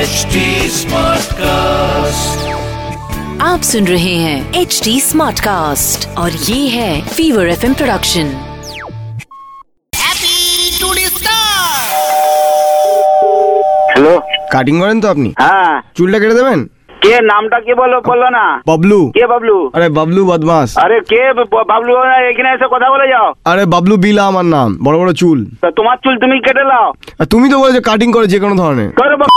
HD Smartcast. आप सुन रहे हैं एच डी स्मार्ट कास्ट और ये है fever F production hello cutting করেন তো আপনি হ্যাঁ চুলটা কেটে দেবেন কে নামটা কে বলো বললো না বাবলু কে বাবলু আরে বাবলু বদমাস আরে কে ব- বাবলু না, এখানে এসে কথা বলে যাও আরে বাবলু বিলা আমার নাম বড় বড় চুল তা তোমার চুল তুমি কেটে লাও আর তুমি তো বলেছো কাটিং করে যে কোনো ধরনের তোর ব-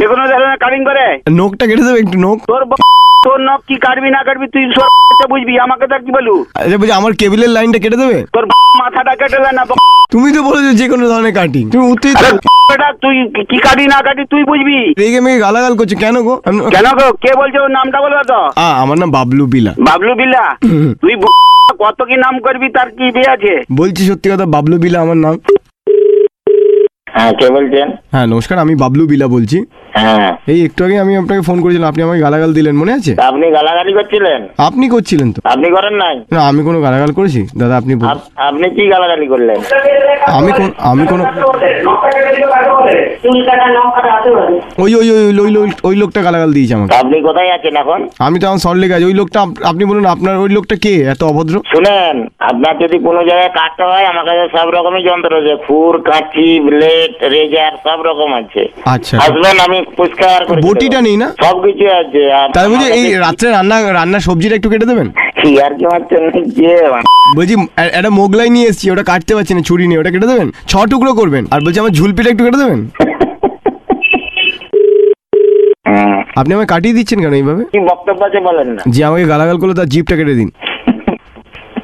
যে কোনো ধরনের কাটিং করে নোকটা কেটে দেবে একটু নোক তোর ব- তোর নখ কি কাটবি না কাটবি তুই সর তে বুঝবি আমাকে তার কি বলু আরে বলছি আমার কেবিলের লাইনটা কেটে দেবে তোর ব- মাথাটা কেটে লে না ব- তুমি তো বলেছো যে কোনো ধরনের কাটিং তুমি উঠতেই আরে ব- বেটা তুই কি- কি কাটি না কাটি তুই বুঝবি রেগে মেগে গালাগাল করছো কেন গো আমি- কেন গো কে বলছে ওর নামটা বলবো তো আ, আমার নাম বাবলু বিলা বাবলু বিল্লা তুই ব- কত কি নাম করবি তার কি বিয়ে আছে বলছি সত্যি কথা বাবলু বিলা আমার নাম হ্যাঁ কে বলছেন হ্যাঁ নমস্কার আমি বাবলু বিলা বলছি হ্যাঁ এই একটু আগে আমি আপনাকে ফোন করেছিলাম আপনি আমাকে গালাগাল দিলেন মনে আছে তা আপনি গালাগালি করছিলেন আপনি করছিলেন তো আপনি করেন নাই না আমি কোনো গালাগাল করেছি দাদা আপনি বলুন। আপ- আপনি কি গালাগালি করলেন আমি কোন- আমি কোনো চুল কাটা নাম কাটা আছে বলে ওই ওই ওই ওই- ওই লোক- ওই লোকটা গালাগাল দিয়েছে আমাকে তা আপনি কোথায় আছেন এখন আমি তো আমার সল্টলেক আছে ওই লোকটা আপ- আপনি বলুন আপনার ওই লোকটা কে এত অভদ্র শুনেন আপনার যদি কোনো জায়গায় কাটতে হয় আমার কাছে সব রকমের যন্ত্র আছে খুর কাঁচি ব্লেড রেজার সব রকম আছে আচ্ছা আসবেন আমি পুরস্কার করে দেবো। বটিটা নেই না? সব কিছু আছে আপ- তাই বলছি আমার এই কাছে রাত্রে রান্না রান্না সবজিটা একটু কেটে দেবেন কি আর কি মারছেন যে বলছি এ- একটা মোগলাই নিয়ে এসেছি ওটা কাটতে পারছি না ছুরি নিয়ে ওটা কেটে দেবেন ছ টুকরো করবেন আর বলছি আমার ঝুলপিটা একটু কেটে দেবেন হুম, আপনি আমাকে কাটিয়ে দিচ্ছেন কেন এইভাবে হ্যাঁ। কি বক্তব্য আছে বলেন না যে আমাকে গালাগাল করলো তার জিপটা কেটে দিন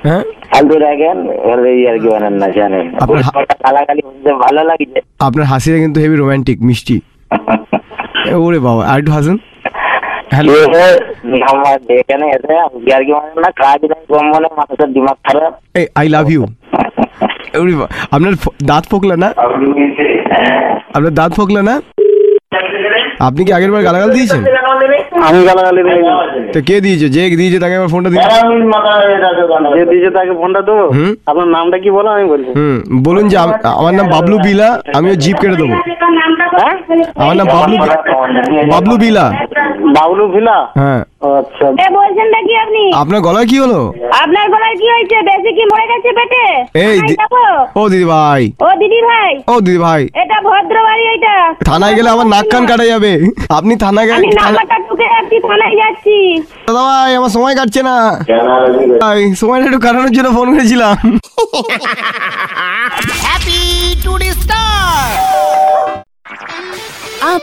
হ্যাঁ ফালতু রাখেন ওরে আর কি বানান না জানেন আপনার হা- পুরস্কারটা গালাগালি হচ্ছে ভালো লাগছে আপনার হাসিটা কিন্তু হেভি রোমান্টিক মিষ্টি এ, ওরে বাবা আর একটু হাসেন হ্যালো আমার এখানে এসে আর কি মানে না কাজ নাই কম বলে মানুষের দিমাগ খারাপ এই আই লাভ ইউ আপনার ফ- দাঁত ফোকলা না আপনার দাঁত ফোকলা না আপনি কি আগের বার গালাগাল দিয়েছেন আমি গালাগালি দেই না। তো কে দিয়েছে যে দিয়েছে তাকে আবার ফোনটা দিন যে দিয়েছে তাকে ফোনটা দেবো হুম। আপনার নামটা কি বলো আমি বলছি হুম বলুন যে আম- আমার নাম বাবলু বিলা আমিও জিপ কেটে দেবো নামটা আমার নাম বাবলু বি- বাবলু বিলা বাবলু ভিলা হ্যাঁ ও আচ্ছা এ বলছেন নাকি আপনি আপনার গলা কি হলো আপনার গলার কি হয়েছে বেশি কি মরে গেছে পেটে এই ভাই দি- যাবো? ও দিদি ভাই ও দিদি ভাই ও দিদি ভাই এটা ভদ্র বাড়ি এটা থানায় গেলে আমার নাক কান কাটা যাবে আপনি থানায় গেলে আমি নাম্বারটা ঢুকে রাখছি থানায় যাচ্ছি দাদা ভাই আমার সময় কাটছে না ভাই সময়টা একটু কাটানোর জন্য ফোন করেছিলাম आप